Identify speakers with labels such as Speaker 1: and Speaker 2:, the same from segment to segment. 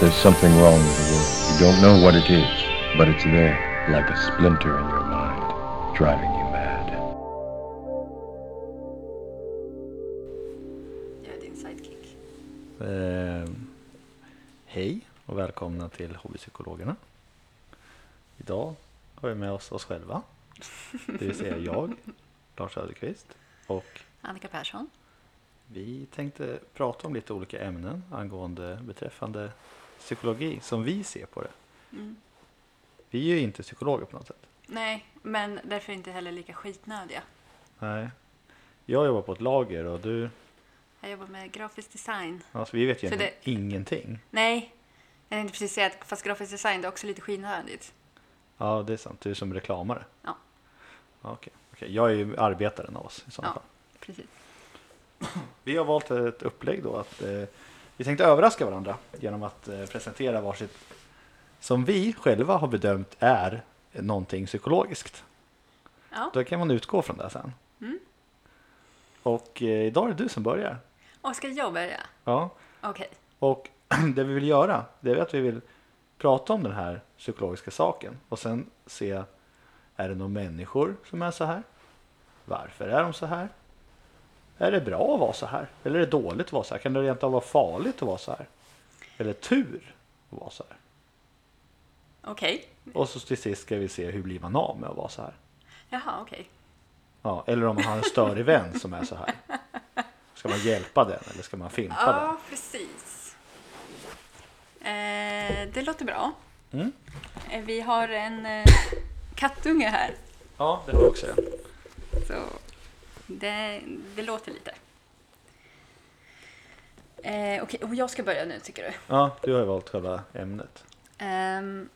Speaker 1: There's something wrong with the world. You don't know what it is, but it's there, like a splinter in your mind, driving you mad.
Speaker 2: Jag är din sidekick.
Speaker 3: Eh, hej och välkomna till Hobbypsykologerna. Idag har vi med oss oss själva, det vill säga jag, Lars Söderqvist. Och
Speaker 2: Annika Persson.
Speaker 3: vi tänkte prata om lite olika ämnen angående beträffande psykologi som vi ser på det. Vi är ju inte psykologer på något sätt.
Speaker 2: Nej, men därför inte heller lika skitnödiga.
Speaker 3: Nej. Jag jobbar på ett lager och du,
Speaker 2: Jag jobbar med grafisk design.
Speaker 3: alltså vi vet ju
Speaker 2: Så
Speaker 3: egentligen ingenting.
Speaker 2: Nej, jag tänkte precis säga att fast grafisk design det är också lite skitnödigt.
Speaker 3: Ja, det är sant. Du är som reklamare.
Speaker 2: Ja.
Speaker 3: Ja, Okej, Okej, jag är ju arbetaren av oss i sådana
Speaker 2: Ja.
Speaker 3: fall.
Speaker 2: Precis.
Speaker 3: Vi har valt ett upplägg då att eh, vi tänkte överraska varandra genom att eh, presentera varsitt som vi själva har bedömt är någonting psykologiskt.
Speaker 2: Ja.
Speaker 3: Då kan man utgå från det sen.
Speaker 2: Mm.
Speaker 3: Och eh, idag är det du som börjar.
Speaker 2: Och ska jag börja?
Speaker 3: Ja.
Speaker 2: Okej.
Speaker 3: Och det vi vill göra det är att vi vill prata om den här psykologiska saken och sen se är det några människor som är så här? Varför är de så här? Är det bra att vara så här? Eller är det dåligt att vara så här? Kan det rent av vara farligt att vara så här? Eller tur att vara så här?
Speaker 2: Okej.
Speaker 3: Och så till sist ska vi se hur blir man av med att vara så här?
Speaker 2: Jaha, okej.
Speaker 3: Ja, eller om man har en större vän som är så här. Ska man hjälpa den eller ska man fimpa den?
Speaker 2: Ja, precis. Eh, det låter bra.
Speaker 3: Mm.
Speaker 2: Eh, Vi har en eh, kattunge här.
Speaker 3: Ja, det har vi också.
Speaker 2: Så det, det låter lite. Eh, Okej, och jag ska börja nu tycker du?
Speaker 3: Ja, du har ju valt själva ämnet.
Speaker 2: Ehm,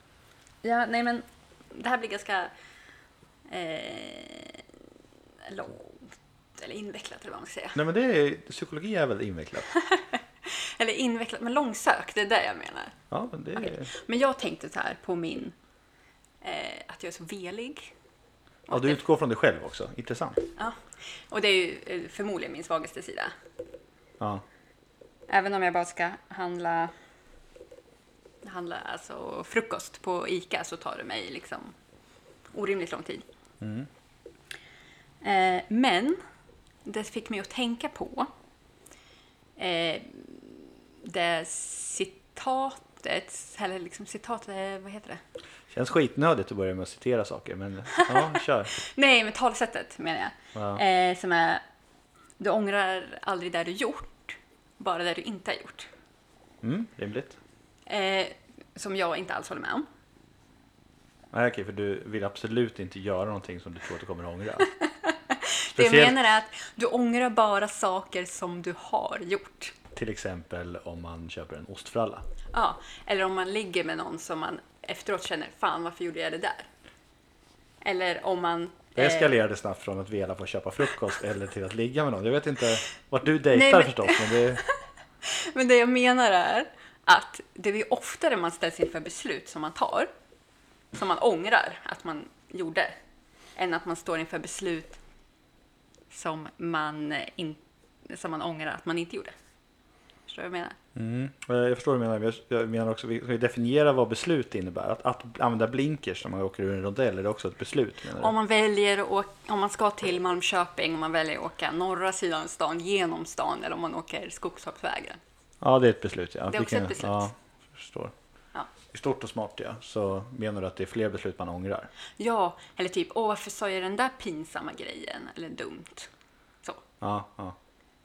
Speaker 2: ja, nej men det här blir ganska eh, långt eller invecklat eller vad man ska säga.
Speaker 3: Nej men det är, psykologi är väl invecklat?
Speaker 2: Eller invecklat, men långsökt, det är det jag menar.
Speaker 3: Ja, men det är...
Speaker 2: Men jag tänkte så här på min, eh, att jag är så velig.
Speaker 3: Ja, du utgår från dig själv också, intressant.
Speaker 2: Ja. Och det är ju eh, förmodligen min svagaste sida.
Speaker 3: Ja,
Speaker 2: Även om jag bara ska handla, handla alltså frukost på ICA så tar det mig liksom orimligt lång tid. Eh, men det fick mig att tänka på eh, det citatet, eller liksom citat, eh, vad heter det?
Speaker 3: känns skitnödigt att börja med att citera saker men ja, kör.
Speaker 2: Nej, men talesättet menar jag.
Speaker 3: Ja.
Speaker 2: Eh, som är, du ångrar aldrig det du gjort, bara det du inte har gjort.
Speaker 3: Mm, rimligt.
Speaker 2: Eh, som jag inte alls håller med om.
Speaker 3: Nej, okej, för du vill absolut inte göra någonting som du tror att du kommer att ångra.
Speaker 2: Det jag
Speaker 3: Speciellt
Speaker 2: menar är att du ångrar bara saker som du har gjort.
Speaker 3: till exempel om man köper en ostfralla.
Speaker 2: Ja, eller om man ligger med någon som man efteråt känner, fan varför gjorde jag det där? Eller om man...
Speaker 3: Det
Speaker 2: eh,
Speaker 3: eskalerade snabbt från att vela på att köpa frukost eller till att ligga med någon. Jag vet inte vart du
Speaker 2: Nej,
Speaker 3: dejtar
Speaker 2: men-
Speaker 3: förstås, men det...
Speaker 2: Men det jag menar är att det är oftare man ställs inför beslut som man tar, som man ångrar att man gjorde, än att man står inför beslut som man, eh, in, som man ångrar att man inte gjorde. Förstår du vad jag menar?
Speaker 3: Mm. eh, Jag förstår vad du menar. men jag- Jag menar också, vi ska ju definiera vad beslut innebär. Att, att använda blinkers när man åker ur en rondell är det också ett beslut menar du?
Speaker 2: Om man väljer att åka, om man ska till Malmköping, om man väljer att åka norra sidan stan, genom stan, eller om man åker Skogstorpsvägen.
Speaker 3: Ja, det är ett beslut. Ja.
Speaker 2: Det är också ett beslut.
Speaker 3: Ja, jag förstår.
Speaker 2: Ja.
Speaker 3: I stort och smart ja, så menar du att det är fler beslut man ångrar?
Speaker 2: ja, eller typ, åh, varför sa jag den där pinsamma grejen, eller dumt. Så.
Speaker 3: Ja, ja.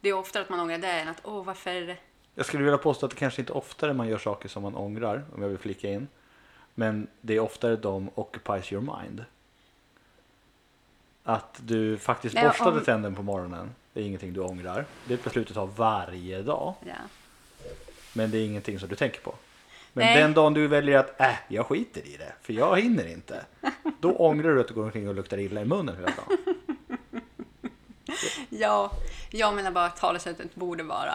Speaker 2: Det är oftare att man ångrar det än att, åh, varför...
Speaker 3: Jag skulle vilja påstå att det kanske inte är oftare man gör saker som man ångrar, om jag vill flika in. Men det är oftare de occupies your mind. Att du faktiskt
Speaker 2: Nej,
Speaker 3: borstade
Speaker 2: om-
Speaker 3: tänderna på morgonen, det är ingenting du ångrar. Det är ett beslut du tar varje dag,
Speaker 2: Ja.
Speaker 3: men det är ingenting som du tänker på. Men
Speaker 2: Nej.
Speaker 3: den dagen du väljer att, äh, jag skiter i det, för jag hinner inte. Då ångrar du att du går omkring och luktar illa i munnen hela dagen.
Speaker 2: ja, jag menar bara att talesättet borde vara,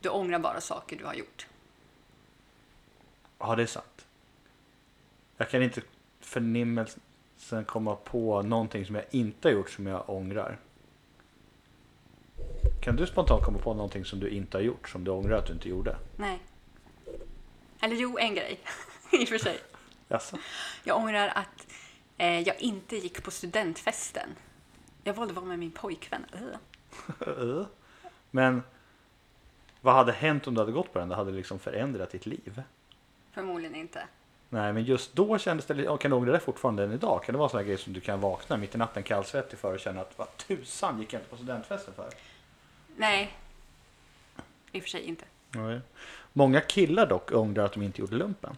Speaker 2: du ångrar bara saker du har gjort.
Speaker 3: Ja, det är sant. Jag kan inte förnimmelsen komma på någonting som jag inte har gjort som jag ångrar. Kan du spontant komma på någonting som du inte har gjort som du ångrar att du inte gjorde?
Speaker 2: Nej. Eller jo, en grej i och för sig.
Speaker 3: Jaså?
Speaker 2: Jag ångrar att eh, jag inte gick på studentfesten. Jag valde att vara med min pojkvän. Ugh.
Speaker 3: Eh. Men vad hade hänt om du hade gått på den? Det hade liksom förändrat ditt liv.
Speaker 2: Förmodligen inte.
Speaker 3: Nej, men just då kändes det... ja, Kan du ångra det fortfarande än idag? Kan det vara sådana grejer som du kan vakna mitt i natten kallsvettig för och känna att vad tusan gick jag inte på studentfesten för?
Speaker 2: Nej. I och för sig inte.
Speaker 3: Nej. Många killar dock ångrar att de inte gjorde lumpen.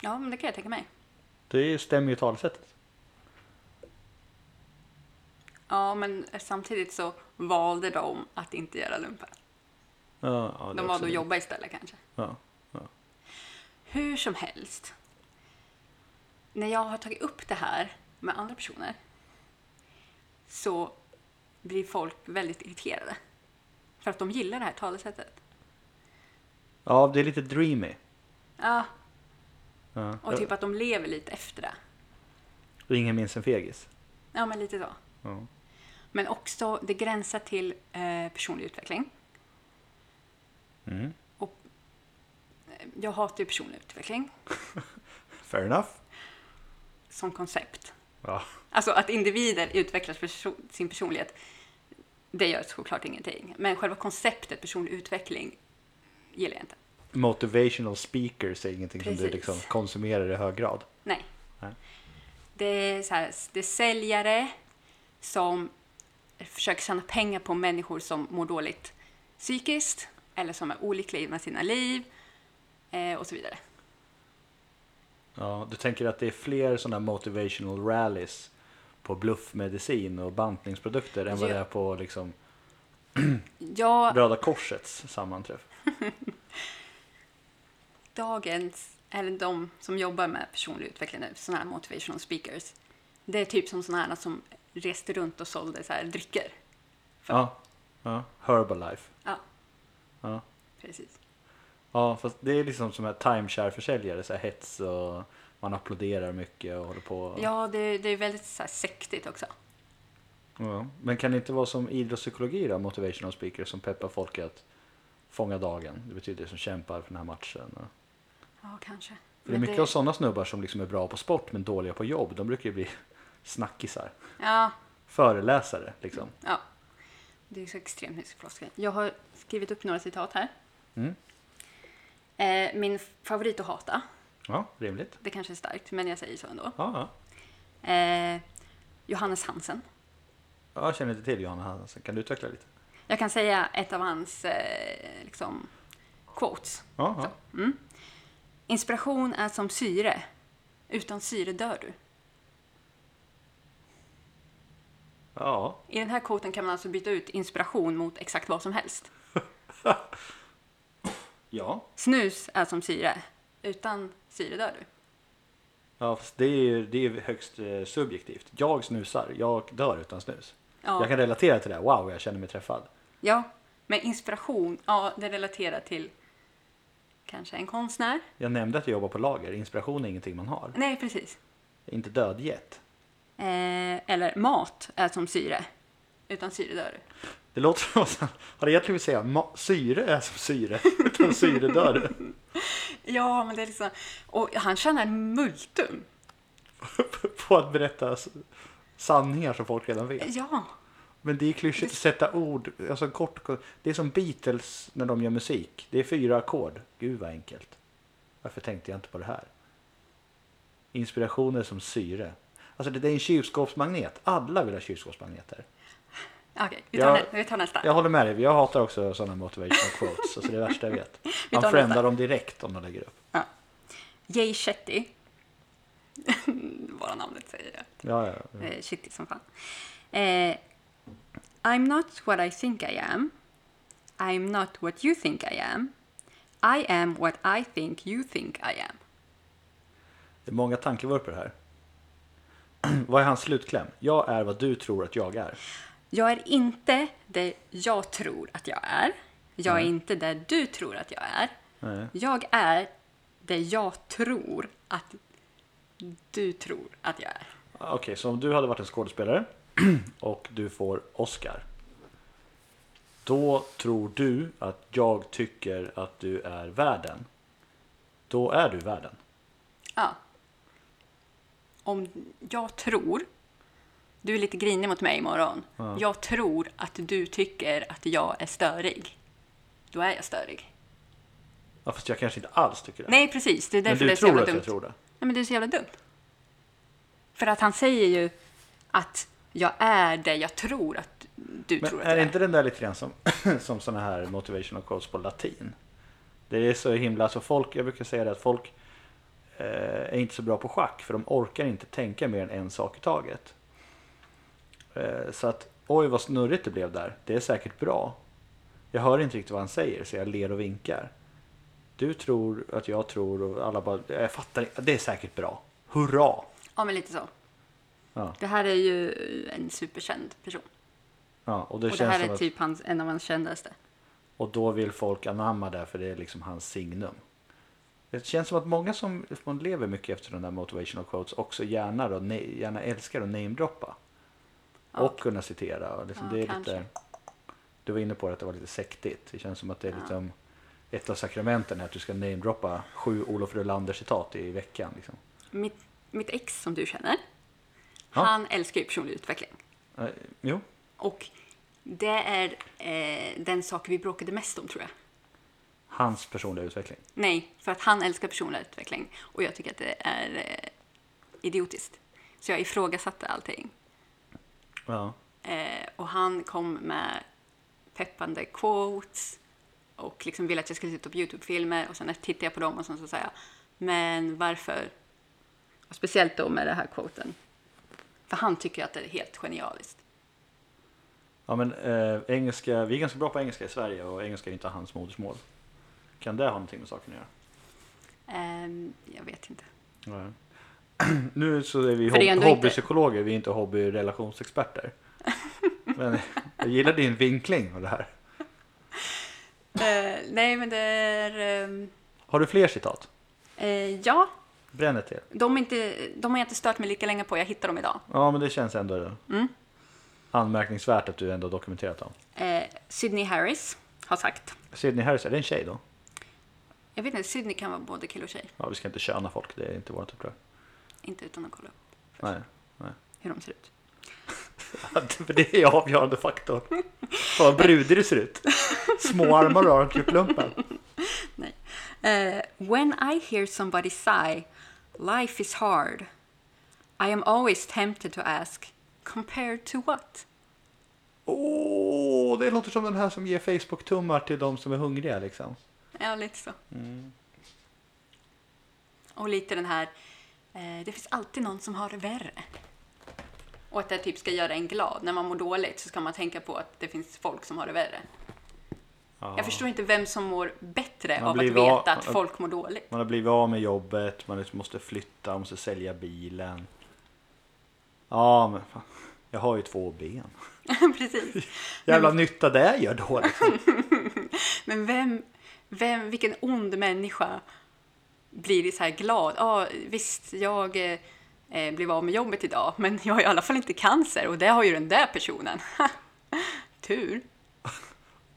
Speaker 2: Ja, men det kan jag tänka mig.
Speaker 3: Det stämmer ju talesättet.
Speaker 2: Ja, men samtidigt så valde de att inte göra lumpen.
Speaker 3: Ja, ja, det
Speaker 2: De
Speaker 3: är också
Speaker 2: valde att
Speaker 3: det.
Speaker 2: jobba istället kanske.
Speaker 3: Ja.
Speaker 2: Hur som helst. När jag har tagit upp det här med andra personer så blir folk väldigt irriterade. För att de gillar det här talesättet.
Speaker 3: ja, det är lite dreamy.
Speaker 2: Ja,
Speaker 3: Ja.
Speaker 2: och typ att de lever lite efter det.
Speaker 3: Ingen minns en fegis.
Speaker 2: Ja, men lite så.
Speaker 3: Ja.
Speaker 2: Men också, det gränsar till eh, personlig utveckling.
Speaker 3: Mm.
Speaker 2: Och eh, jag hatar ju personlig utveckling
Speaker 3: Fair enough.
Speaker 2: som koncept.
Speaker 3: Ja.
Speaker 2: Alltså att individer utvecklar perso- sin personlighet, det gör såklart ingenting. Men själva konceptet personlig utveckling gillar jag inte.
Speaker 3: Motivational speakers är ingenting som du
Speaker 2: Precis.
Speaker 3: liksom konsumerar i hög grad.
Speaker 2: Nej.
Speaker 3: Nej.
Speaker 2: Det är, så här, det är säljare som försöker tjäna pengar på människor som mår dåligt psykiskt eller som är olyckliga med sina liv eh, och så vidare.
Speaker 3: Ja, du tänker att det är fler sådana motivational rallies på bluffmedicin och bantningsprodukter än vad
Speaker 2: Ja.
Speaker 3: det är på liksom
Speaker 2: Jag
Speaker 3: Röda Korsets sammanträff.
Speaker 2: dagens, eller de som jobbar med personlig utveckling nu, sådana här motivational speakers, det är typ som sådana här som reste runt och sålde så här drycker.
Speaker 3: Ja. ja. Herbalife.
Speaker 2: Ja,
Speaker 3: Ja.
Speaker 2: precis.
Speaker 3: ja, fast det är liksom som här timeshare-försäljare, så här hets och man applåderar mycket och håller på.
Speaker 2: Ja, det, det är väldigt så här sektigt också.
Speaker 3: Ja. Men kan det inte vara som idrottspsykologi då, motivational speakers som peppar folk att fånga dagen? Det betyder som kämpar för den här matchen. och-
Speaker 2: Ja, kanske.
Speaker 3: För det är
Speaker 2: Men
Speaker 3: mycket av sådana snubbar som liksom är bra på sport men dåliga på jobb. De brukar ju bli snackisar.
Speaker 2: Ja,
Speaker 3: Föreläsare liksom.
Speaker 2: ja. Det är så extremt mycket floskel. Jag har skrivit upp några citat här.
Speaker 3: Mm.
Speaker 2: Eh, min favorit att hata,
Speaker 3: Ja, rimligt.
Speaker 2: det kanske är starkt, men jag säger så ändå.
Speaker 3: Ja, ja.
Speaker 2: Eh, Johannes Hansen.
Speaker 3: Ja, Jag känner inte till Johanna Hansen. Kan du utveckla lite?
Speaker 2: Jag kan säga ett av hans eh, liksom, quotes.
Speaker 3: Ja, ja.
Speaker 2: Inspiration är som syre. Utan syre dör du.
Speaker 3: ja.
Speaker 2: I den här quoten kan man alltså byta ut inspiration mot exakt vad som helst.
Speaker 3: ja.
Speaker 2: Snus är som syre. Utan syre dör du.
Speaker 3: Ja, fast det är ju det är ju högst eh, subjektivt. Jag snusar, jag dör utan snus.
Speaker 2: Ja.
Speaker 3: Jag kan relatera till det. här. Wow, jag känner mig träffad.
Speaker 2: Ja, men inspiration, ja, det relaterar till kanske en konstnär.
Speaker 3: Jag nämnde att jag jobbar på lager. Inspiration är ingenting man har.
Speaker 2: Nej, precis.
Speaker 3: Inte dödjet.
Speaker 2: Eh, eller mat är som syre. Utan syre dör du.
Speaker 3: Det låter som att han- han egentligen vill säga ma- syre är som syre. Utan syre dör du.
Speaker 2: Ja, men det är liksom... Och han tjänar multum.
Speaker 3: På att berätta s- sanningar som folk redan vet.
Speaker 2: Ja.
Speaker 3: Men det är klyschigt att sätta ord. Alltså kort, kort- det är som Beatles när de gör musik. Det är fyra ackord. Gud vad enkelt. Varför tänkte jag inte på det här? Inspirationer som syre. Alltså det det är en kylskåpsmagnet. Alla vill ha kylskåpsmagneter.
Speaker 2: Okej, vi, tar
Speaker 3: Ja.
Speaker 2: nä- vi tar nästa.
Speaker 3: Jag håller med dig. Jag hatar också sådana motivational quotes. Alltså det är det värsta jag vet.
Speaker 2: tar
Speaker 3: Man
Speaker 2: nästa.
Speaker 3: förändrar dem direkt om de lägger upp.
Speaker 2: Ja. Jay Shetty. Bara namnet säger det.
Speaker 3: Ja, ja, ja.
Speaker 2: Eh, Shetty som fan. Eh, I'm not what I think I am. I'm not what you think I am. I am what I think you think I am.
Speaker 3: Det är många tankevurpor här. Vad är hans slutkläm? Jag är vad du tror att jag är.
Speaker 2: Jag är inte det jag tror att jag är. Jag är inte det du tror att jag är.
Speaker 3: Nej.
Speaker 2: Jag är det jag tror att du tror att jag är.
Speaker 3: Ah, Okej, så om du hade varit en skådespelare och du får Oscar. då tror du att jag tycker att du är värden. Då är du värden.
Speaker 2: Ja. Om jag tror... Du är lite grinig mot mig imorgon. Jag tror att du tycker att jag är störig. Då är jag störig.
Speaker 3: Ja, fast jag kanske inte alls tycker det.
Speaker 2: Nej, precis. Det är
Speaker 3: Men
Speaker 2: därför det
Speaker 3: du
Speaker 2: är så
Speaker 3: tror
Speaker 2: jävla
Speaker 3: att
Speaker 2: dumt.
Speaker 3: jag tror det.
Speaker 2: Nej, men det är så jävla dumt. För att han säger ju att jag är det jag tror att du tror
Speaker 3: Men
Speaker 2: att
Speaker 3: är
Speaker 2: jag
Speaker 3: det inte den där lite grann som, som sådana här motivational quotes på latin? Det är så himla, så folk, jag brukar säga det att folk eh, är inte så bra på schack för de orkar inte tänka mer än en sak i taget. Eh, så att, oj vad snurrigt det blev där, det är säkert bra. Jag hör inte riktigt vad han säger så jag ler och vinkar. Du tror att jag tror och alla bara, jag fattar inte, det är säkert bra. Hurra!
Speaker 2: Ja, men lite så.
Speaker 3: Ja.
Speaker 2: Det här är ju en superkänd person.
Speaker 3: Ja, och det
Speaker 2: Och det
Speaker 3: känns
Speaker 2: här
Speaker 3: som
Speaker 2: är
Speaker 3: att,
Speaker 2: typ hans, en av hans kändaste.
Speaker 3: Och då vill folk anamma det för det är liksom hans signum. Det känns som att många som som lever mycket efter de där motivational quotes också gärna, då, ne- gärna älskar att namedroppa.
Speaker 2: Ja.
Speaker 3: Och kunna citera. Och liksom
Speaker 2: Ja,
Speaker 3: det är
Speaker 2: kanske.
Speaker 3: lite, du var inne på att det var lite sektigt. Det känns som att det är liksom ett av sakramenten här, att du ska namedroppa sju Olof Rolander-citat i veckan. Liksom.
Speaker 2: Mitt, mitt ex som du känner,
Speaker 3: Ja.
Speaker 2: han älskar ju personlig utveckling.
Speaker 3: Eh, jo,
Speaker 2: Och det är eh, den sak vi bråkade mest om tror jag.
Speaker 3: hans personliga utveckling.
Speaker 2: Nej, för att han älskar personlig utveckling och jag tycker att det är eh, idiotiskt. Så jag ifrågasatte allting.
Speaker 3: Ja.
Speaker 2: Eh, och han kom med peppande quotes och liksom ville att jag skulle titta på Youtube-filmer och sen tittade jag på dem och sen så sa jag men varför? Och speciellt då med den här quoten. För han tycker att det är helt genialiskt.
Speaker 3: Ja, men, eh, engelska, vi är ganska bra på engelska i Sverige och engelska är inte hans modersmål. Kan det ha någonting med saken att göra?
Speaker 2: Ehm, jag vet inte.
Speaker 3: Nej. Nu så är vi
Speaker 2: För det är
Speaker 3: hob-
Speaker 2: ändå inte-
Speaker 3: hobbypsykologer, vi är inte hobbyrelationsexperter. Men jag gillar din vinkling av det här.
Speaker 2: Eh, nej, men det är... ehm,
Speaker 3: Har du fler citat?
Speaker 2: eh, ja,
Speaker 3: Bränner till.
Speaker 2: de, är inte, de har jag inte stört mig lika länge på. Jag hittar dem idag.
Speaker 3: Ja, men det känns ändå
Speaker 2: Mm.
Speaker 3: anmärkningsvärt att du ändå har dokumenterat dem.
Speaker 2: Eh, Sydney Harris har sagt.
Speaker 3: Sydney Harris, är det en tjej då?
Speaker 2: Jag vet inte, Sydney kan vara både kille och tjej.
Speaker 3: Ja, vi ska inte köna folk, det är inte vårt uppdrag.
Speaker 2: Inte utan att kolla upp
Speaker 3: Nej, nej.
Speaker 2: hur de ser ut.
Speaker 3: För det är avgörande faktor. Fan vad brudig du ser ut. Små armar och öronklipplumpen.
Speaker 2: Nej. Eh, when I hear somebody sigh, life is hard. I am always tempted to ask, compared to what?
Speaker 3: Åh, det låter som den här som ger Facebook-tummar till de som är hungriga liksom.
Speaker 2: Ja, lite så.
Speaker 3: Mm.
Speaker 2: Och lite den här, eh, det finns alltid någon som har det värre. Och att det typ ska göra en glad. När man mår dåligt så ska man tänka på att det finns folk som har det värre. Jag förstår inte vem som mår bättre
Speaker 3: Man
Speaker 2: av att
Speaker 3: blir
Speaker 2: veta
Speaker 3: va-
Speaker 2: att folk mår dåligt.
Speaker 3: Man har blivit av med jobbet, man liksom måste flytta, man måste sälja bilen. Ja, men fan. Jag har ju två ben.
Speaker 2: Precis.
Speaker 3: Jävla nytta det gör då liksom.
Speaker 2: Men vem, vem, vilken ond människa blir så här glad? Ja, visst, jag eh, eh, blev av med jobbet idag, men jag har i alla fall inte cancer och det har ju den där personen. Tur.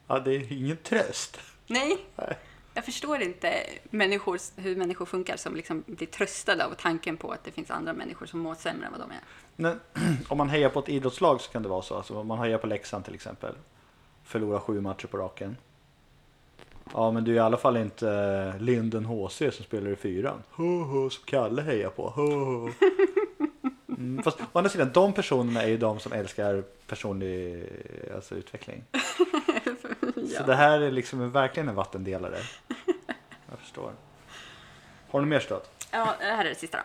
Speaker 3: Ja, det är ingen tröst.
Speaker 2: Nej,
Speaker 3: Nej.
Speaker 2: jag förstår inte människor, hur människor funkar som liksom blir tröstade av tanken på att det finns andra människor som mår sämre än vad de är.
Speaker 3: Men, om man hejar på ett idrottslag så kan det vara så. Alltså, om man hejar på Leksand till exempel. Förlorar sju matcher på raken. Ja, men du är i alla fall inte eh, Linden HC som spelar i fyran. Ho, ho, som Kalle hejar på. Ho, ho. Mm, fast å andra sidan, de personerna är ju de som älskar personlig eh, alltså, utveckling. Så det här är liksom en- verkligen en vattendelare. Jag förstår. Har du mer stöd?
Speaker 2: Ja, det här är det sista då.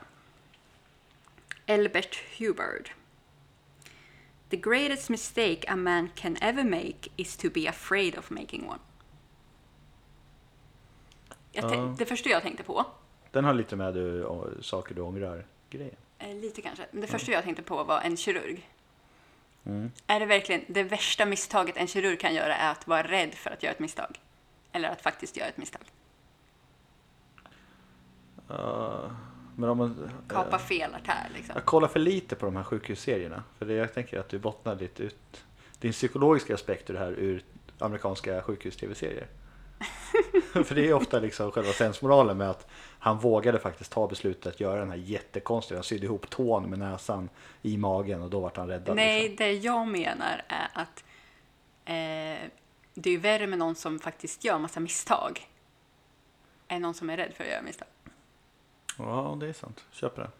Speaker 2: Albert Hubbard. The greatest mistake a man can ever make is to be afraid of making one. Jag tän-
Speaker 3: Ja.
Speaker 2: Det första jag tänkte på,
Speaker 3: Den har lite med du, å- saker du ångrar grejen.
Speaker 2: eh, lite kanske, men det första jag tänkte på var en kirurg. Är det verkligen det värsta misstaget en kirurg kan göra är att vara rädd för att göra ett misstag? Eller att faktiskt göra ett misstag?
Speaker 3: Ja, Eh, men om man,
Speaker 2: Kapa fel artär liksom.
Speaker 3: jag kollar för lite på de här sjukhusserierna. För det, jag tänker att du bottnar lite ut din psykologiska aspekt ur det här ur amerikanska sjukhus-tv-serier. För det är ofta liksom själva sensmoralen med att han vågade faktiskt ta beslutet att göra den här jättekonstiga, han sydde ihop tån med näsan i magen och då vart han räddad.
Speaker 2: Nej,
Speaker 3: Liksom.
Speaker 2: det jag menar är att eh, det är ju värre med någon som faktiskt gör massa misstag än någon som är rädd för att göra misstag.
Speaker 3: Ja, det är sant. Köper det.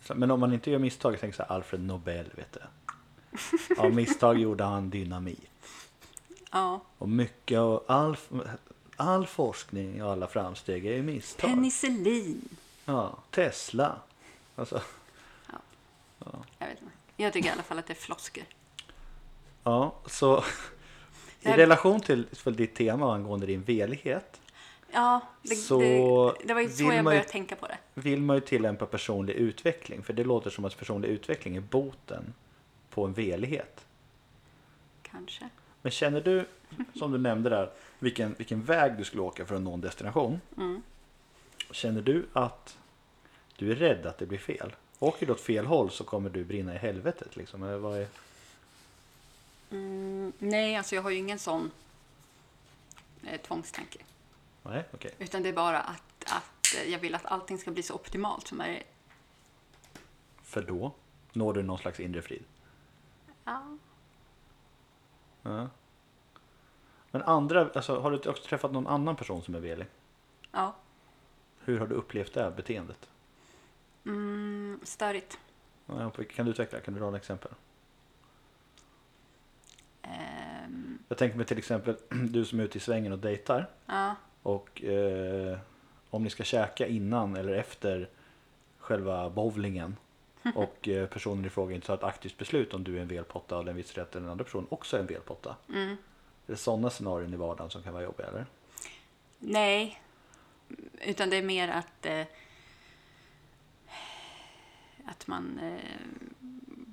Speaker 3: Så- Men om man inte gör misstag, jag tänker så här, Alfred Nobel vet du. Av misstag gjorde han dynamit.
Speaker 2: Ja.
Speaker 3: Och mycket och all, all forskning och alla framsteg är ju misstag.
Speaker 2: Penicillin.
Speaker 3: Ja, Tesla. Alltså,
Speaker 2: Jag vet inte. Jag tycker i alla fall att det är flosker.
Speaker 3: ja, så i
Speaker 2: Det här-
Speaker 3: relation till för ditt tema angående din velighet
Speaker 2: Ja, det,
Speaker 3: Så
Speaker 2: det, det var ju så
Speaker 3: vill
Speaker 2: jag
Speaker 3: man ju-
Speaker 2: började tänka på det.
Speaker 3: vill man ju tillämpa personlig utveckling. För det låter som att personlig utveckling är boten på en velighet.
Speaker 2: Kanske.
Speaker 3: Men känner du, som du nämnde där, vilken, vilken väg du skulle åka för att nå en destination. Känner du att du är rädd att det blir fel? Åker du åt fel håll så kommer du brinna i helvetet. Liksom. Eller vad är...
Speaker 2: Mm, nej, alltså jag har ju ingen sån eh, tvångstanke.
Speaker 3: Nej, okej.
Speaker 2: Utan det är bara att, att eh, jag vill att allting ska bli så optimalt som möjligt.
Speaker 3: För då når du någon slags inre frid.
Speaker 2: Ja.
Speaker 3: Ja. Men andra, alltså, har du också träffat någon annan person som är velig?
Speaker 2: ja.
Speaker 3: Hur har du upplevt det här beteendet?
Speaker 2: Mm, störigt.
Speaker 3: Ja, Kan du utveckla? Kan du dra några exempel?
Speaker 2: Ehm,
Speaker 3: Jag tänker mig till exempel du som är ute i svängen och dejtar.
Speaker 2: ja.
Speaker 3: Och eh, om ni ska käka innan eller efter själva bowlingen och eh, personen i fråga inte tar ett aktivt beslut om du är en velpotta och den viss rätt eller den andra personen också är en velpotta.
Speaker 2: Mm.
Speaker 3: Det är sådana scenarion i vardagen som kan vara jobbiga eller?
Speaker 2: Nej, utan det är mer att, eh, att man eh,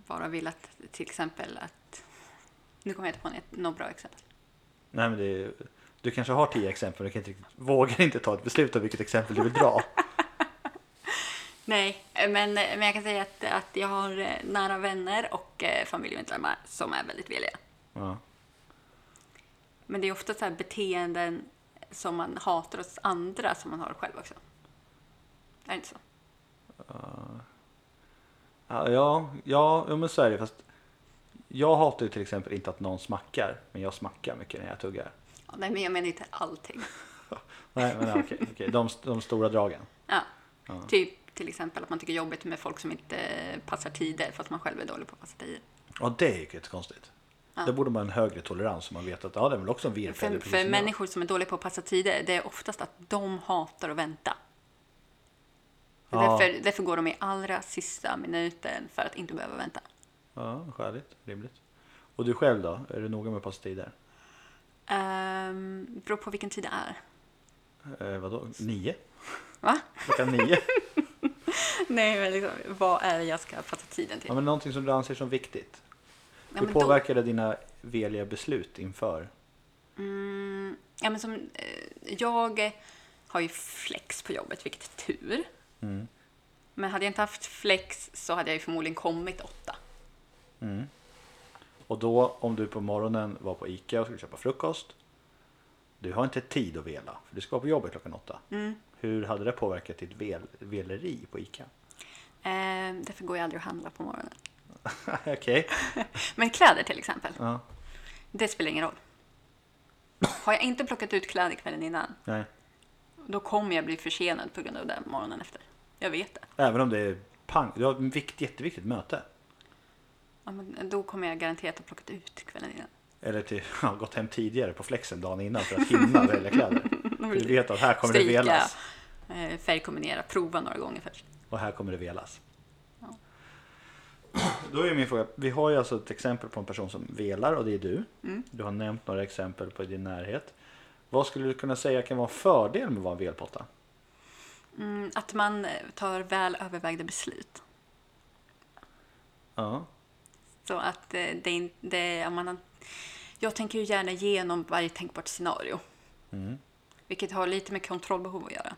Speaker 2: bara vill att till exempel att... Nu kommer jag inte på något- något bra exempel.
Speaker 3: Nej men det är, du kanske har tio exempel men du kan inte riktigt, vågar inte ta ett beslut om vilket exempel du vill dra.
Speaker 2: Nej, eh, men, men jag kan säga att, att jag har eh, nära vänner och eh, familjemedlemmar som är väldigt villiga.
Speaker 3: Ja.
Speaker 2: Men det är ofta så här beteenden som man hatar hos andra som man har själv också. Är det inte så?
Speaker 3: Ja, ja, ja jo, men så är det fast jag hatar ju till exempel inte att någon smackar men jag smackar mycket när jag tuggar.
Speaker 2: Ja, nej, men jag menar inte allting.
Speaker 3: Nej men ja, okej, okej. De, de stora dragen.
Speaker 2: Ja. Typ till exempel att man tycker jobbigt med folk som inte passar tider för att man själv är dålig på att passa tider.
Speaker 3: Ja, det är ju konstigt.
Speaker 2: Ja.
Speaker 3: Där borde man ha en högre tolerans om man vet att ja, det är väl också en virrfjäder.
Speaker 2: För,
Speaker 3: precis som
Speaker 2: för
Speaker 3: jag.
Speaker 2: människor som är dåliga på att passa tider, det är oftast att de hatar att vänta.
Speaker 3: Ja.
Speaker 2: Därför, därför går de i allra sista minuten för att inte behöva vänta.
Speaker 3: Ja, skäligt, rimligt. Och du själv då? Är du noga med att passa tider?
Speaker 2: Um, beror på vilken tid det är.
Speaker 3: Eh, vadå? Nio?
Speaker 2: Va?
Speaker 3: Klockan nio?
Speaker 2: Nej, men liksom, vad är det jag ska passa tiden till?
Speaker 3: Ja, men någonting som du anser som viktigt.
Speaker 2: Ja,
Speaker 3: Hur
Speaker 2: men då-
Speaker 3: påverkar det dina veliga beslut inför?
Speaker 2: Mm, ja, men som, eh, jag eh, har ju flex på jobbet, vilket är tur.
Speaker 3: Mm.
Speaker 2: Men hade jag inte haft flex så hade jag ju förmodligen kommit åtta.
Speaker 3: Mm. Och då, om du på morgonen var på ICA och skulle köpa frukost. Du har inte tid att vela, för du ska vara på jobbet klockan åtta.
Speaker 2: Mm.
Speaker 3: Hur hade det påverkat ditt vel, veleri på ICA?
Speaker 2: Eh, därför går jag aldrig och handlar på morgonen.
Speaker 3: Okej.
Speaker 2: Men kläder till exempel,
Speaker 3: Ja,
Speaker 2: det spelar ingen roll. Har jag inte plockat ut kläder kvällen innan,
Speaker 3: nej.
Speaker 2: då kommer jag bli försenad på grund av det morgonen efter. Jag vet det.
Speaker 3: Även om det är pang, du har ett vikt, jätteviktigt möte.
Speaker 2: Ja, men då kommer jag garanterat att plockat ut kvällen innan.
Speaker 3: Eller till, ja, gått hem tidigare på flexen dagen innan för att hinna välja kläder. För du vet att här kommer det
Speaker 2: Stryka,
Speaker 3: velas.
Speaker 2: eh, färgkombinera, prova några gånger först.
Speaker 3: Och här kommer det velas.
Speaker 2: Ja.
Speaker 3: Då är min fråga, vi har ju alltså ett exempel på en person som velar och det är du.
Speaker 2: Mm.
Speaker 3: Du har nämnt några exempel på din närhet. Vad skulle du kunna säga kan vara en fördel med att vara en velpotta?
Speaker 2: Mm, att man eh, tar väl övervägda beslut.
Speaker 3: Ja.
Speaker 2: Så att eh, det, är in- det jag, menar, jag tänker ju gärna igenom varje tänkbart scenario.
Speaker 3: Mm.
Speaker 2: Vilket har lite med kontrollbehov att göra.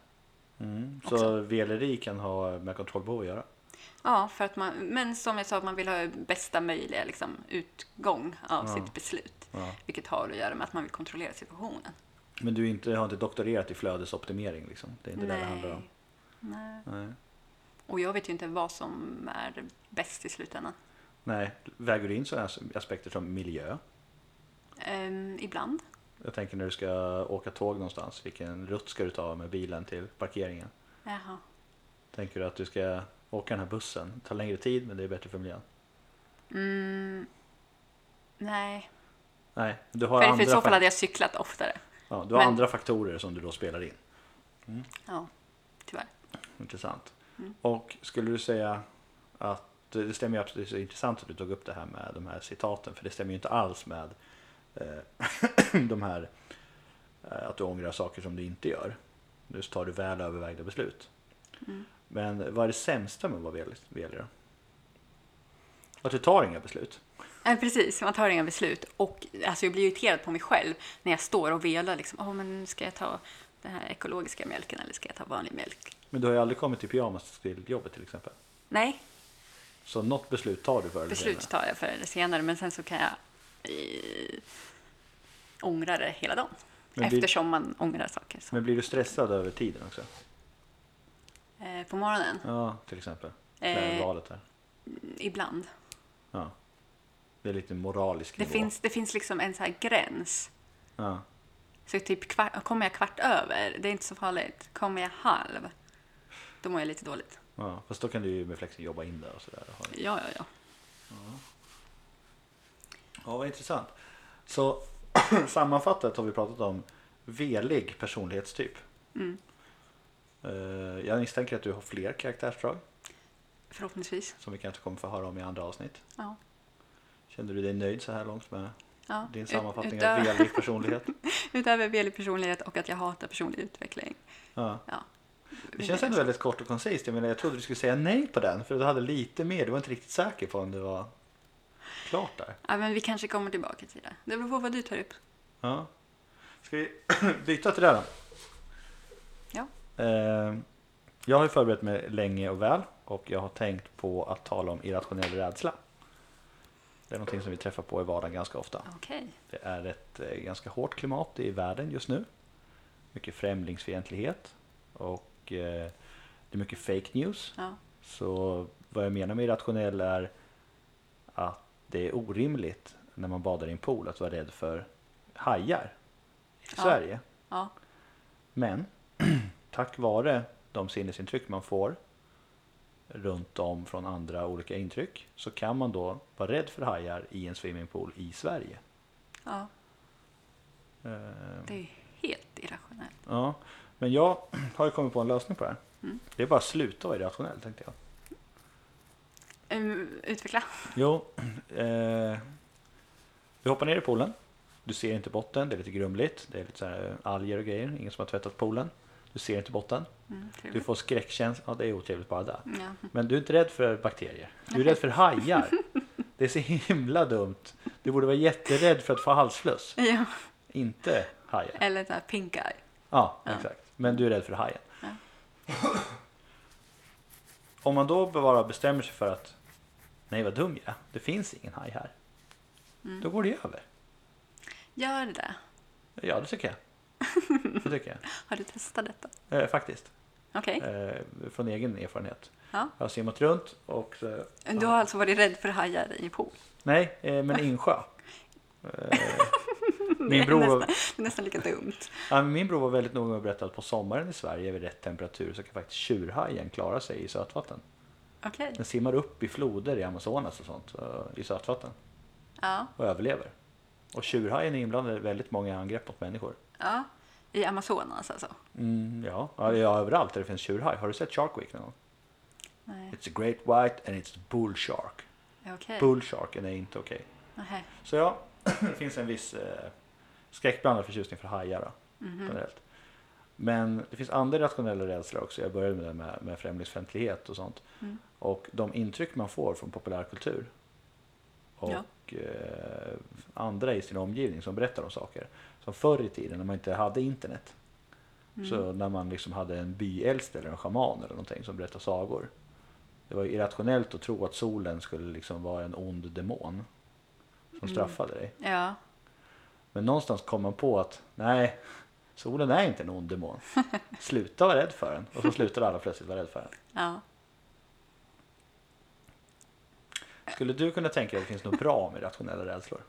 Speaker 3: Mm. Så
Speaker 2: Också.
Speaker 3: veleri kan ha med kontrollbehov att göra?
Speaker 2: Ja, för att man, men som jag sa, man vill ha bästa möjliga liksom, utgång av
Speaker 3: Ja.
Speaker 2: sitt beslut.
Speaker 3: Ja.
Speaker 2: Vilket har att göra med att man vill kontrollera situationen.
Speaker 3: Men du är inte, har inte doktorerat i flödesoptimering liksom? Det är inte det det handlar om?
Speaker 2: Nej.
Speaker 3: Nej.
Speaker 2: Och jag vet ju inte vad som är bäst i slutändan.
Speaker 3: Nej, väger du in sådana aspekter som miljö?
Speaker 2: Ehm, ibland.
Speaker 3: Jag tänker när du ska åka tåg någonstans, vilken rutt ska du ta med bilen till parkeringen?
Speaker 2: Jaha.
Speaker 3: Tänker du att du ska åka den här bussen? Det tar längre tid men det är bättre för miljön.
Speaker 2: Mm, nej.
Speaker 3: Nej, du har,
Speaker 2: För, för
Speaker 3: andra,
Speaker 2: i så fall
Speaker 3: fak-
Speaker 2: hade jag cyklat oftare.
Speaker 3: ja, du har
Speaker 2: men-
Speaker 3: andra faktorer som du då spelar in.
Speaker 2: Ja, tyvärr.
Speaker 3: Intressant. Och skulle du säga att det stämmer ju absolut, det är så intressant att du tog upp det här med de här citaten för det stämmer ju inte alls med eh, de här eh, att du ångrar saker som du inte gör. Nu tar du väl övervägda beslut.
Speaker 2: Mm.
Speaker 3: Men vad är det sämsta med att vara vel- velig då? Att du tar inga beslut.
Speaker 2: Nej, precis. Man tar inga beslut. Och alltså, jag blir irriterad på mig själv när jag står och velar. Liksom, Åh, men ska jag ta den här ekologiska mjölken eller ska jag ta vanlig mjölk?
Speaker 3: Men du har ju aldrig kommit i pyjamas till jobbet till exempel.
Speaker 2: Nej,
Speaker 3: Så något beslut tar du förr eller
Speaker 2: beslut
Speaker 3: senare.
Speaker 2: tar jag förr eller senare, men sen så kan jag eh, ångra det hela dagen.
Speaker 3: Men vi-
Speaker 2: Eftersom man ångrar saker. Så.
Speaker 3: Men blir du stressad över tiden också?
Speaker 2: Eh, på morgonen,
Speaker 3: Ja, till exempel.
Speaker 2: Eh,
Speaker 3: Klädvalet där.
Speaker 2: ibland.
Speaker 3: Ja. Det är lite moralisk
Speaker 2: Det,
Speaker 3: nivå.
Speaker 2: finns, det finns liksom en så här gräns.
Speaker 3: Ja.
Speaker 2: Så typ kvart, kommer jag kvart över, det är inte så farligt. Kommer jag halv, då mår jag lite dåligt.
Speaker 3: ja. Fast då kan du ju med flexen jobba in det och sådär. och ha det.
Speaker 2: Ja, ja, ja.
Speaker 3: Ja, vad intressant. Så sammanfattat har vi pratat om velig personlighetstyp.
Speaker 2: Mm.
Speaker 3: Eh, Jag misstänker att du har fler karaktärsdrag
Speaker 2: Förhoppningsvis.
Speaker 3: som vi kanske kommer få höra om i andra avsnitt.
Speaker 2: Ja.
Speaker 3: Känner du dig nöjd så här långt med
Speaker 2: Ja,
Speaker 3: din
Speaker 2: ut-
Speaker 3: sammanfattning av
Speaker 2: utöver,
Speaker 3: velig personlighet?
Speaker 2: utöver velig personlighet och att jag hatar personlig utveckling.
Speaker 3: Ja.
Speaker 2: Ja.
Speaker 3: Det känns ändå väldigt kort och koncist. Jag menar, jag trodde du skulle säga nej på den för du hade lite mer. Du var inte riktigt säker på om det var klart där.
Speaker 2: Ja, men vi kanske kommer tillbaka till det. Det beror på vad du tar upp.
Speaker 3: Ja. Ska vi byta till det här
Speaker 2: Ja.
Speaker 3: då? Eh, jag har ju förberett mig länge och väl och jag har tänkt på att tala om irrationell rädsla. Det är någonting som vi träffar på i vardagen ganska ofta.
Speaker 2: Okej.
Speaker 3: Det är ett eh, ganska hårt klimat i världen just nu. Mycket främlingsfientlighet och eh, det är mycket fake news.
Speaker 2: Ja.
Speaker 3: Så vad jag menar med irrationell är att det är orimligt när man badar i en pool att vara rädd för hajar i
Speaker 2: Ja.
Speaker 3: Sverige.
Speaker 2: ja.
Speaker 3: Men tack vare de sinnesintryck man får runt om från andra olika intryck så kan man då vara rädd för hajar i en swimmingpool i Sverige.
Speaker 2: Ja.
Speaker 3: Eh,
Speaker 2: Det är helt irrationellt.
Speaker 3: Ja, men jag har ju kommit på en lösning på det här. Det är bara att sluta vara irrationell tänkte jag.
Speaker 2: Mm, Utveckla.
Speaker 3: Jo, eh, du hoppar ner i poolen. Du ser inte botten, det är lite grumligt. Det är lite så här eh, alger och grejer, ingen som har tvättat poolen. Du ser inte botten.
Speaker 2: Mm,
Speaker 3: Du
Speaker 2: trevligt.
Speaker 3: får skräckkänsla, ja det är otrevligt bara där.
Speaker 2: Ja.
Speaker 3: Men du är inte rädd för bakterier. Du är rädd för hajar. Det är så himla dumt. Du borde vara jätterädd för att få halsfluss,
Speaker 2: ja.
Speaker 3: inte hajar.
Speaker 2: Eller så här pink eye.
Speaker 3: Ja,
Speaker 2: Ja.
Speaker 3: exakt. Men du är rädd för hajen.
Speaker 2: Ja.
Speaker 3: Om man då bara bestämmer sig för att nej vad dum jag är, det finns ingen haj här.
Speaker 2: Mm.
Speaker 3: Då går det över.
Speaker 2: Gör det.
Speaker 3: Ja, det tycker jag. Det tycker
Speaker 2: Har du testat detta?
Speaker 3: jag. Eh, faktiskt.
Speaker 2: Okej.
Speaker 3: Eh, från egen erfarenhet.
Speaker 2: Ja.
Speaker 3: Jag har simmat runt och... Eh,
Speaker 2: Du har alltså varit rädd för hajar i pool?
Speaker 3: nej, eh, men insjö. Eh,
Speaker 2: Det är
Speaker 3: min, bror var,
Speaker 2: nästan, det är nästan lika dumt.
Speaker 3: ja, men min bror var väldigt noga med att berätta att på sommaren i Sverige vid rätt temperatur så kan faktiskt tjurhajen klara sig i sötvatten.
Speaker 2: Okej.
Speaker 3: Den simmar upp i floder i Amazonas och sånt, eh, i sötvatten,
Speaker 2: Ja.
Speaker 3: och överlever. Och tjurhajen är inblandad i väldigt många angrepp mot människor.
Speaker 2: ja. I Amazonas alltså?
Speaker 3: Mm, ja. ja, det är överallt där det finns tjurhaj. Har du sett Shark Week någon gång?
Speaker 2: Nej.
Speaker 3: It's a great white and it's a bull shark.
Speaker 2: Okej.
Speaker 3: Bull sharken är inte okej.
Speaker 2: Nähä.
Speaker 3: Så ja, det finns en viss eh, skräckblandad förtjusning för hajar då, generellt. Men det finns andra rationella rädslor också. Jag började med det med, med främlingsfientlighet och sånt. Och de intryck man får från populärkultur och eh, andra i sin omgivning som berättar om saker. Som förr i tiden när man inte hade internet. Så när man liksom hade en byäldste eller en schaman eller någonting som berättade sagor. Det var ju irrationellt att tro att solen skulle liksom vara en ond demon som straffade dig.
Speaker 2: Ja.
Speaker 3: Men någonstans kom man på att nej, solen är inte en ond demon. Sluta vara rädd för den. Och så slutade alla plötsligt vara rädd för den.
Speaker 2: Ja.
Speaker 3: Skulle du kunna tänka dig att det finns något bra med rationella rädslor?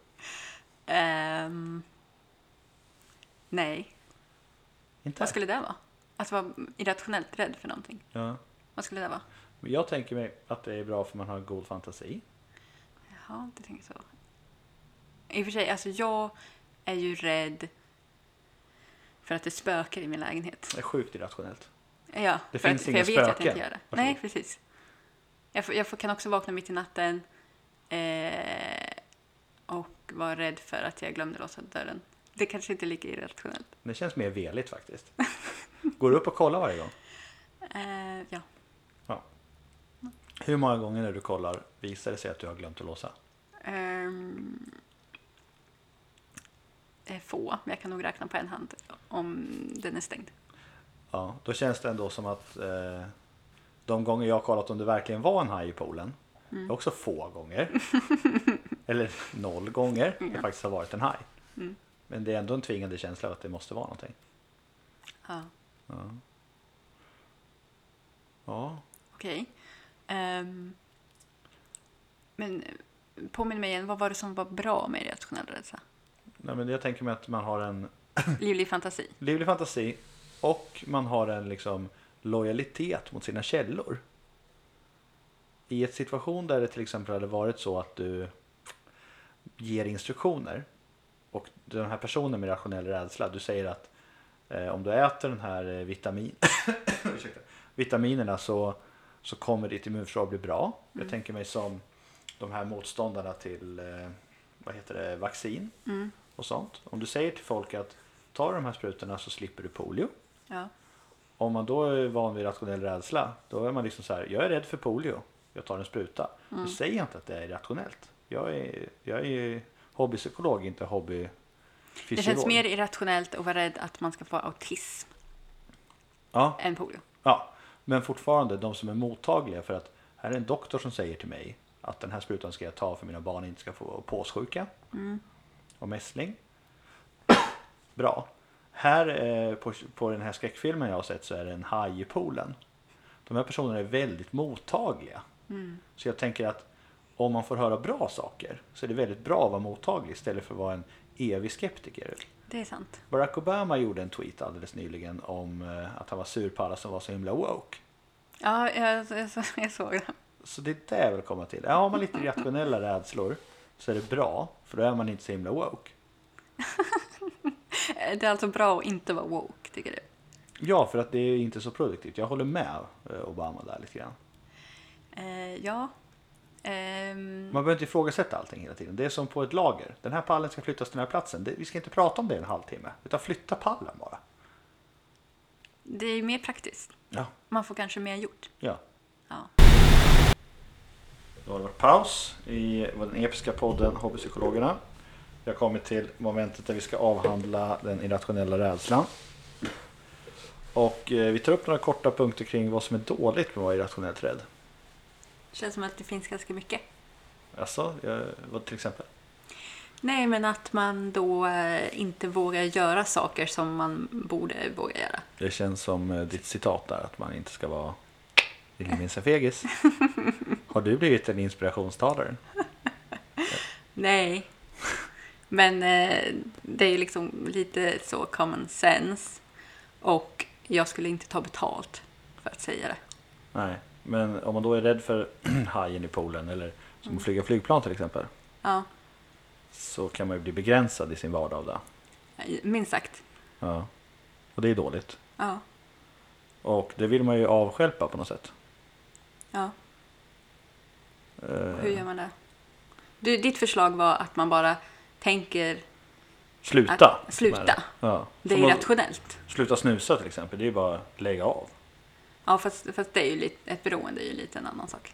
Speaker 2: Ehm, nej.
Speaker 3: Inte?
Speaker 2: Vad skulle det vara? Att vara irrationellt rädd för någonting.
Speaker 3: Ja.
Speaker 2: Vad skulle det vara?
Speaker 3: Men jag tänker mig att det är bra för man har god fantasi.
Speaker 2: Jaha, du tänker så. I och för sig, alltså jag är ju rädd för att det spökar i min lägenhet.
Speaker 3: Det är sjukt irrationellt.
Speaker 2: Ja,
Speaker 3: Det
Speaker 2: för,
Speaker 3: finns
Speaker 2: att, för
Speaker 3: inga
Speaker 2: jag vet ju att jag
Speaker 3: spöken.
Speaker 2: inte gör det.
Speaker 3: Varsågod.
Speaker 2: Nej, precis. Jag, får, jag får, kan också vakna mitt i natten eh, och vara rädd för att jag glömde låsa dörren. Det kanske inte är lika irrationellt.
Speaker 3: Det känns mer veligt faktiskt. Går du upp och kollar varje gång?
Speaker 2: Eh, ja,
Speaker 3: Ja. Hur många gånger när du kollar visar det sig att du har glömt att låsa?
Speaker 2: Ehm, det är få, men jag kan nog räkna på en hand om den är stängd.
Speaker 3: Ja, då känns det ändå som att eh, de gånger jag har kollat om det verkligen var en haj i poolen, det är också få gånger. eller noll gånger det faktiskt har varit en haj. Men det är ändå en tvingande känsla av att det måste vara någonting.
Speaker 2: Ja,
Speaker 3: Ja,
Speaker 2: okej. Ehm, men påminn mig igen, vad var det som var bra med irrationell rädsla?
Speaker 3: Nej, men jag tänker mig att man har en
Speaker 2: Livlig fantasi?
Speaker 3: livlig fantasi och man har en liksom lojalitet mot sina källor. I en situation där det till exempel hade varit så att du ger instruktioner och den här personen med rationell rädsla, du säger att eh, om du äter den här eh, vitamin, Ursäkta. vitaminerna så, så kommer ditt immunförsvar bli bra. Jag tänker mig som de här motståndarna till eh, vad heter det, vaccin och sånt. Om du säger till folk att ta de här sprutorna så slipper du polio.
Speaker 2: Ja.
Speaker 3: Om man då är van vid rationell rädsla, då är man liksom så här, jag är rädd för polio, jag tar en spruta. Då säger jag inte att det är rationellt. Jag är, jag är hobbypsykolog, inte hobbyfysiolog.
Speaker 2: Det känns mer irrationellt att vara rädd att man ska få autism
Speaker 3: Ja,
Speaker 2: än polio.
Speaker 3: ja, men fortfarande de som är mottagliga för att här är en doktor som säger till mig att den här sprutan ska jag ta för mina barn inte ska få påssjuka och mässling. Bra. Här eh, på, på den här skräckfilmen jag har sett så är det en haj i poolen. De här personerna är väldigt mottagliga. Så jag tänker att om man får höra bra saker så är det väldigt bra att vara mottaglig istället för att vara en evig skeptiker.
Speaker 2: Det är sant.
Speaker 3: Barack Obama gjorde en tweet alldeles nyligen om eh, att han var sur på alla som var så himla woke.
Speaker 2: Ja, jag, jag, jag såg det.
Speaker 3: Så det är det jag vill komma till. Ja, har man lite rationella rädslor så är det bra, för då är man inte så himla woke.
Speaker 2: Det är alltså bra att inte vara woke, tycker du?
Speaker 3: Ja, för att det är inte så produktivt. Jag håller med eh, Obama där lite grann.
Speaker 2: Eh, ja. Ehm,
Speaker 3: Man behöver inte ifrågasätta allting hela tiden. Det är som på ett lager. Den här pallen ska flyttas till den här platsen. Det, vi ska inte prata om det i en halvtimme, utan flytta pallen bara.
Speaker 2: det är mer praktiskt.
Speaker 3: Ja.
Speaker 2: Man får kanske mer gjort.
Speaker 3: ja.
Speaker 2: Ja.
Speaker 3: Då har det varit paus i den episka podden Hobbypsykologerna. Vi har kommit till momentet där vi ska avhandla den irrationella rädslan. Och eh, vi tar upp några korta punkter kring vad som är dåligt med att vara irrationellt rädd.
Speaker 2: Känns som att det finns ganska mycket.
Speaker 3: Alltså, jag, vad till exempel?
Speaker 2: Nej, men att man då eh, inte vågar göra saker som man borde våga göra.
Speaker 3: Det känns som eh, ditt citat där, att man inte ska vara ringminns en fegis. Har du blivit en inspirationstalare?
Speaker 2: Nej. Men eh, det är ju liksom lite så common sense. Och jag skulle inte ta betalt för att säga det.
Speaker 3: Nej, men om man då är rädd för hajen i poolen eller som att flyga flygplan till exempel.
Speaker 2: Ja,
Speaker 3: så kan man ju bli begränsad i sin vardag av det.
Speaker 2: minst sagt.
Speaker 3: Ja. Och det är dåligt.
Speaker 2: Ja,
Speaker 3: Och det vill man ju avskälpa på något sätt.
Speaker 2: ja.
Speaker 3: Eh,
Speaker 2: Hur gör man det? Du, ditt förslag var att man bara tänker
Speaker 3: sluta!
Speaker 2: Att sluta.
Speaker 3: Ja.
Speaker 2: det är
Speaker 3: Som att
Speaker 2: irrationellt.
Speaker 3: Sluta snusa till exempel, det är ju bara att lägga av.
Speaker 2: Ja, fast, fast det är ju lite, ett beroende är ju lite en annan sak.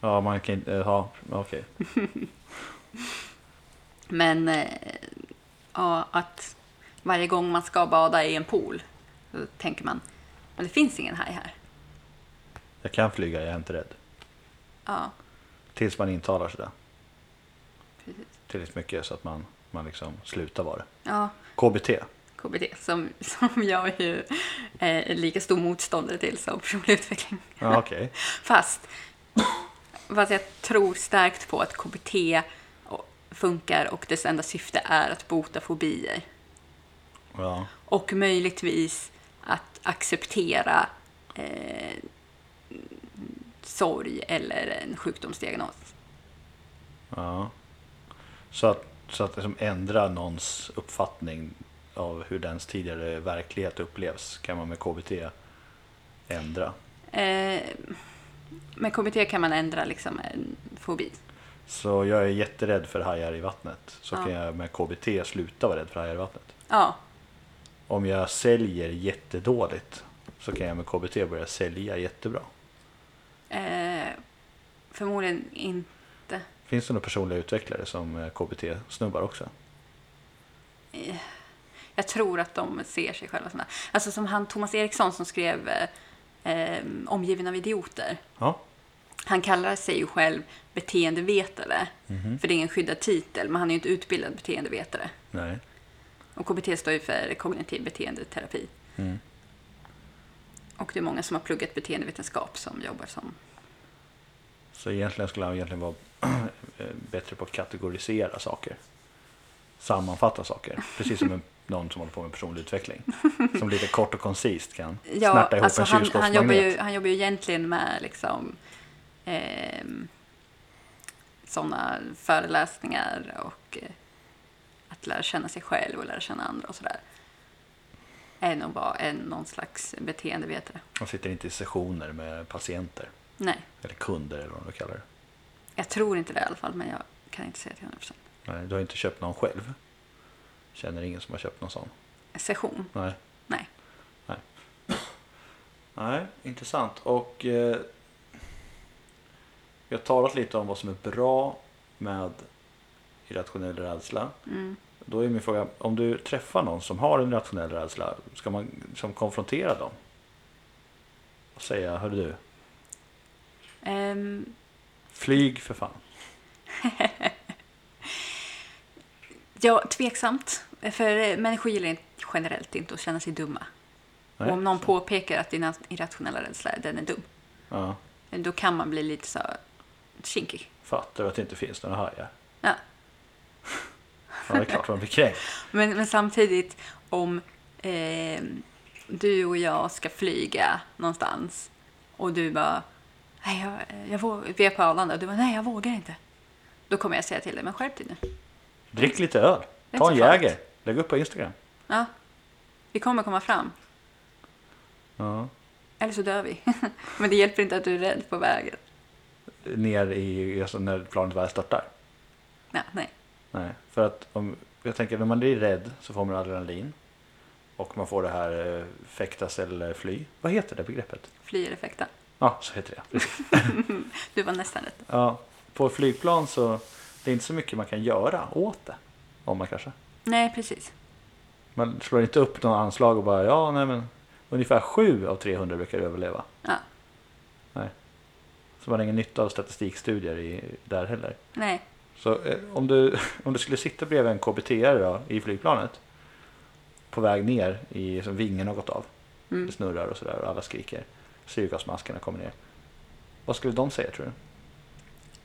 Speaker 3: Ja, man kan inte... eh, Ja, okej.
Speaker 2: Men eh, ja, att varje gång man ska bada i en pool så tänker man men det finns ingen haj här.
Speaker 3: Jag kan flyga, jag är inte rädd.
Speaker 2: Ja,
Speaker 3: Tills man intalar sig det
Speaker 2: precis.
Speaker 3: tillräckligt mycket så att man man liksom slutar vara det.
Speaker 2: Ja,
Speaker 3: KBT.
Speaker 2: KBT som, som jag ju eh, är lika stor motståndare till som personlig utveckling.
Speaker 3: Ja, okej.
Speaker 2: Fast, fast jag tror starkt på att KBT funkar och dess enda syfte är att bota fobier.
Speaker 3: Ja.
Speaker 2: Och möjligtvis att acceptera eh, sorg eller en sjukdomsdiagnos.
Speaker 3: Ja. Så att, så att liksom ändra någons uppfattning av hur dens tidigare verklighet upplevs kan man med KBT ändra.
Speaker 2: Eh, med KBT kan man ändra liksom en fobi.
Speaker 3: Så jag är jätterädd för hajar i vattnet. Så
Speaker 2: Ja.
Speaker 3: kan jag med KBT sluta vara rädd för hajar i vattnet.
Speaker 2: Ja,
Speaker 3: Om jag säljer jättedåligt så kan jag med KBT börja sälja jättebra.
Speaker 2: eh, förmodligen inte.
Speaker 3: Finns det några personliga utvecklare som eh, KBT-snubbar också?
Speaker 2: Jag tror att de ser sig själva sådana. Alltså som han Thomas Eriksson som skrev eh, eh, Omgiven av idioter.
Speaker 3: Ja.
Speaker 2: Han kallar sig ju själv beteendevetare. För det är en skyddad titel, men han är ju inte utbildad beteendevetare.
Speaker 3: Nej.
Speaker 2: Och KBT står ju för kognitiv beteendeterapi.
Speaker 3: Mm.
Speaker 2: Och det är många som har pluggat beteendevetenskap som jobbar som...
Speaker 3: Så egentligen skulle han egentligen vara eh, bättre på att kategorisera saker. Sammanfatta saker. Precis som en, någon som håller på med personlig utveckling. Som lite kort och koncist kan snärta ihop en
Speaker 2: alltså han, han, jobbar
Speaker 3: kylskåpsmagnet.
Speaker 2: ju, han jobbar ju egentligen med liksom, ehm, sådana föreläsningar och eh, att lära känna sig själv och lära känna andra och sådär. Än att vara en, någon slags beteendevetare.
Speaker 3: Han sitter inte i sessioner med patienter.
Speaker 2: Nej,
Speaker 3: Eller kunder eller vad du kallar det.
Speaker 2: jag tror inte det i alla fall, men jag kan inte säga till 100%.
Speaker 3: Nej, du har inte köpt någon själv. Känner ingen som har köpt någon sån.
Speaker 2: Session?
Speaker 3: Nej.
Speaker 2: Nej.
Speaker 3: Nej, intressant. Och eh, vi har talat lite om vad som är bra med irrationell rädsla.
Speaker 2: Mm.
Speaker 3: Då är min fråga, om du träffar någon som har en irrationell rädsla, ska man som konfrontera dem? Och säga, hör du,
Speaker 2: Ehm,
Speaker 3: flyg för fan.
Speaker 2: Ja, tveksamt. För eh, människor gillar inte- generellt inte att känna sig dumma.
Speaker 3: Nej.
Speaker 2: Och om någon påpekar att din irrationella rädsla den är dum, eh,
Speaker 3: Ja,
Speaker 2: då kan man bli lite så kinkig.
Speaker 3: fattar du att det inte finns några hajar?
Speaker 2: Ja.
Speaker 3: Ja, det är klart man blir kränkt.
Speaker 2: Men, men samtidigt, om eh, du och jag ska flyga någonstans och du bara Nej, jag, jag vågar, vi är på Arlanda och du bara nej, jag vågar inte. Då kommer jag säga till dig, men skärp dig nu.
Speaker 3: Drick lite öl,
Speaker 2: Det är
Speaker 3: ta en
Speaker 2: inte så farligt.
Speaker 3: Jäger, lägg upp på Instagram.
Speaker 2: Ja, vi kommer komma fram,
Speaker 3: Ja.
Speaker 2: eller så dör vi. men det hjälper inte att du är rädd på vägen.
Speaker 3: Ner i, alltså när planet väl startar.
Speaker 2: Ja, nej.
Speaker 3: Nej, för att om, jag tänker när man blir rädd så får man adrenalin. Och man får det här eh, fäktas eller fly. Vad heter det begreppet?
Speaker 2: Fly eller fäkta.
Speaker 3: Ja, så heter det. Precis.
Speaker 2: Du var nästan rätt.
Speaker 3: Ja, på ett flygplan så det är inte så mycket man kan göra åt det. Om man kanske.
Speaker 2: Nej, precis.
Speaker 3: Man slår inte upp några anslag och bara ja, nej men ungefär 7 av 300 brukar överleva.
Speaker 2: Ja.
Speaker 3: Nej. Så man har ingen nytta av statistikstudier i, där heller.
Speaker 2: Nej.
Speaker 3: Så eh, om du, om du skulle sitta bredvid en kbt då, i flygplanet på väg ner, i, som vingen har gått av,
Speaker 2: Mm.
Speaker 3: det snurrar och sådär och alla skriker, syrgasmaskerna kommer ner. Vad skulle de säga tror du?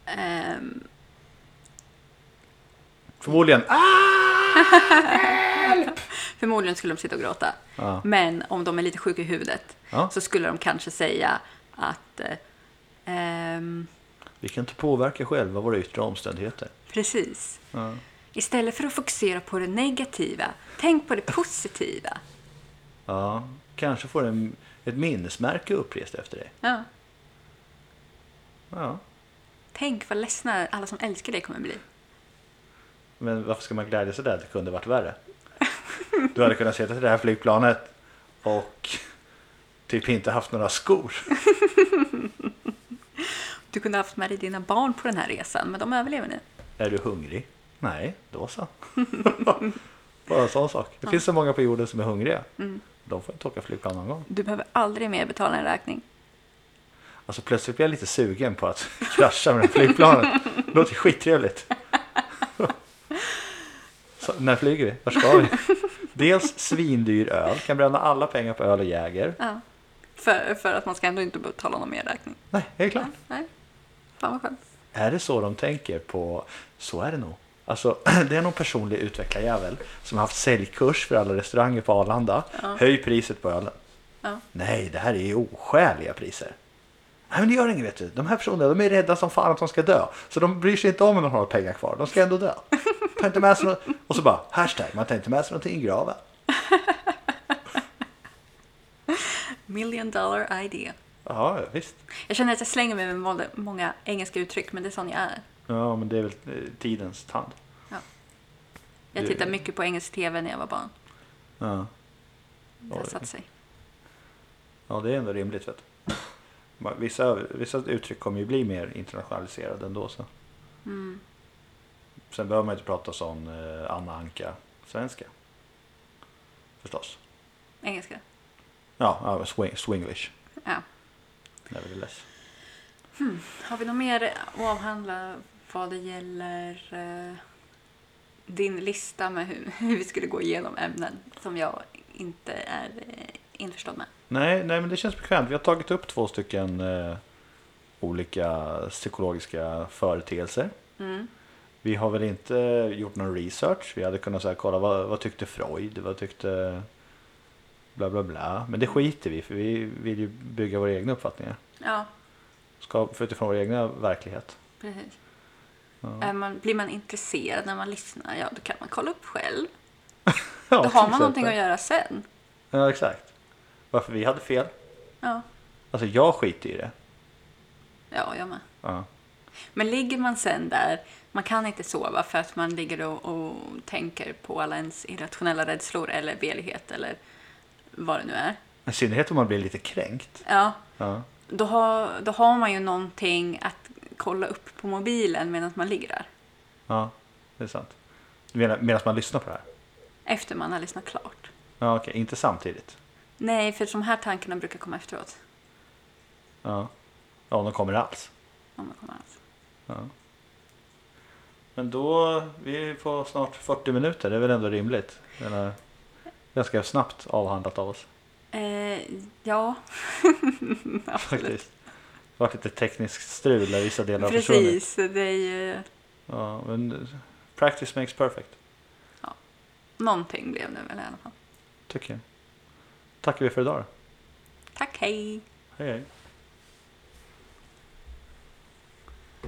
Speaker 2: Ehm,
Speaker 3: Förmodligen ah!
Speaker 2: förmodligen skulle de sitta och gråta.
Speaker 3: Ja.
Speaker 2: Men om de är lite sjuka i huvudet
Speaker 3: Ja.
Speaker 2: så skulle de kanske säga att eh, ehm,
Speaker 3: Vi kan inte påverka själva våra yttre omständigheter.
Speaker 2: precis.
Speaker 3: Ja.
Speaker 2: Istället för att fokusera på det negativa, tänk på det positiva.
Speaker 3: Ja. Kanske får en, ett minnesmärke upprest efter dig.
Speaker 2: Ja.
Speaker 3: Ja.
Speaker 2: Tänk vad ledsna alla som älskar dig kommer bli.
Speaker 3: Men varför ska man glädja sig där? Det kunde varit värre. Du hade kunnat sitta i det här flygplanet och typ inte haft några skor.
Speaker 2: Du kunde haft med dig dina barn på den här resan, men de överlever nu.
Speaker 3: Är du hungrig? Nej, då så. Bara en sån sak. Det finns så många på jorden som är hungriga. De får inte åka flygplan någon gång.
Speaker 2: Du behöver aldrig mer betala en räkning.
Speaker 3: Alltså plötsligt blir jag lite sugen på att krascha med det här flygplanet. Det låter skittrevligt. Så, när flyger vi? Var ska vi? Dels svindyr öl, kan bränna alla pengar på öl och Jäger.
Speaker 2: Ja. För, för att man ska ändå inte betala någon mer räkning.
Speaker 3: Nej, helt klart.
Speaker 2: Nej. Fan vad skönt.
Speaker 3: Är det så de tänker på, så är det nog. Alltså, det är någon personlig utvecklarjävel som har haft säljkurs för alla restauranger på Arlanda. Höj priset på ölen.
Speaker 2: Ja.
Speaker 3: Nej, det här är ju oskäliga priser. Nej, men det gör inget vet du. De här personerna de är rädda som fan att de ska dö. Så de bryr sig inte om om de har några pengar kvar. De ska ändå dö. Ta inte med sig något. Och så bara hashtag, man tar inte med sig någonting i graven.
Speaker 2: Million dollar idea.
Speaker 3: Ja, visst.
Speaker 2: Jag känner att jag slänger mig med mål- många engelska uttryck, men det är sån jag är.
Speaker 3: Ja, men det är väl eh, tidens tand.
Speaker 2: Jag
Speaker 3: Det-
Speaker 2: tittade mycket på engelsk tv när jag var barn.
Speaker 3: Ja.
Speaker 2: Det har
Speaker 3: Oj.
Speaker 2: satt sig.
Speaker 3: Ja, det är ändå rimligt. Vet du. Man- Vissa, vissa uttryck kommer ju bli mer internationaliserade ändå. Så.
Speaker 2: Mm.
Speaker 3: Sen behöver man ju inte prata sån eh, Anna Anka-svenska. Förstås.
Speaker 2: Engelska.
Speaker 3: Ja, ja swing, swinglish.
Speaker 2: Ja.
Speaker 3: Nevertheless.
Speaker 2: Har vi något mer att avhandla vad det gäller eh, din lista med hur, hur vi skulle gå igenom ämnen som jag inte är eh, införstådd med?
Speaker 3: Nej, nej, men det känns bekvämt. Vi har tagit upp två stycken eh, olika psykologiska företeelser.
Speaker 2: Mm.
Speaker 3: Vi har väl inte gjort någon research. Vi hade kunnat så här, kolla vad, vad tyckte Freud, vad tyckte bla bla bla. Men det skiter vi i, för vi vill ju bygga våra egna uppfattningar.
Speaker 2: Ja,
Speaker 3: Ska, för utifrån vår egna verklighet.
Speaker 2: precis.
Speaker 3: Ja.
Speaker 2: Är man, blir man intresserad när man lyssnar, ja då kan man kolla upp själv.
Speaker 3: Ja,
Speaker 2: Då
Speaker 3: till
Speaker 2: har
Speaker 3: exempel.
Speaker 2: man någonting att göra sen.
Speaker 3: Ja, exakt. Varför vi hade fel.
Speaker 2: Ja,
Speaker 3: Alltså jag skiter i det.
Speaker 2: ja jag med.
Speaker 3: Ja.
Speaker 2: Men ligger man sen där, man kan inte sova för att man ligger och, och tänker på alla ens irrationella rädslor eller velighet eller vad det nu är.
Speaker 3: I synnerhet om man blir lite kränkt.
Speaker 2: Ja,
Speaker 3: Ja.
Speaker 2: då har, då har man ju någonting att kolla upp på mobilen medan man ligger där.
Speaker 3: ja, det är sant. Du menar medan man lyssnar på det här?
Speaker 2: Efter man har lyssnat klart.
Speaker 3: Ja, okej. Inte samtidigt.
Speaker 2: Nej, för de här tankarna brukar komma efteråt.
Speaker 3: Ja. ja, om de kommer alls.
Speaker 2: Om man kommer alls.
Speaker 3: Ja. Men då, vi är på snart 40 minuter, det är väl ändå rimligt? Eller, ganska snabbt avhandlat av oss
Speaker 2: Eh, ja. Absolut.
Speaker 3: faktiskt. Det har varit lite tekniskt strul där vissa delar har försvunnit.
Speaker 2: Precis, det är ju...
Speaker 3: Ja, men practice makes perfect,
Speaker 2: Någonting blev det väl i alla fall.
Speaker 3: tycker jag. Tackar vi för idag då.
Speaker 2: Tack, hej!
Speaker 3: Hej hej.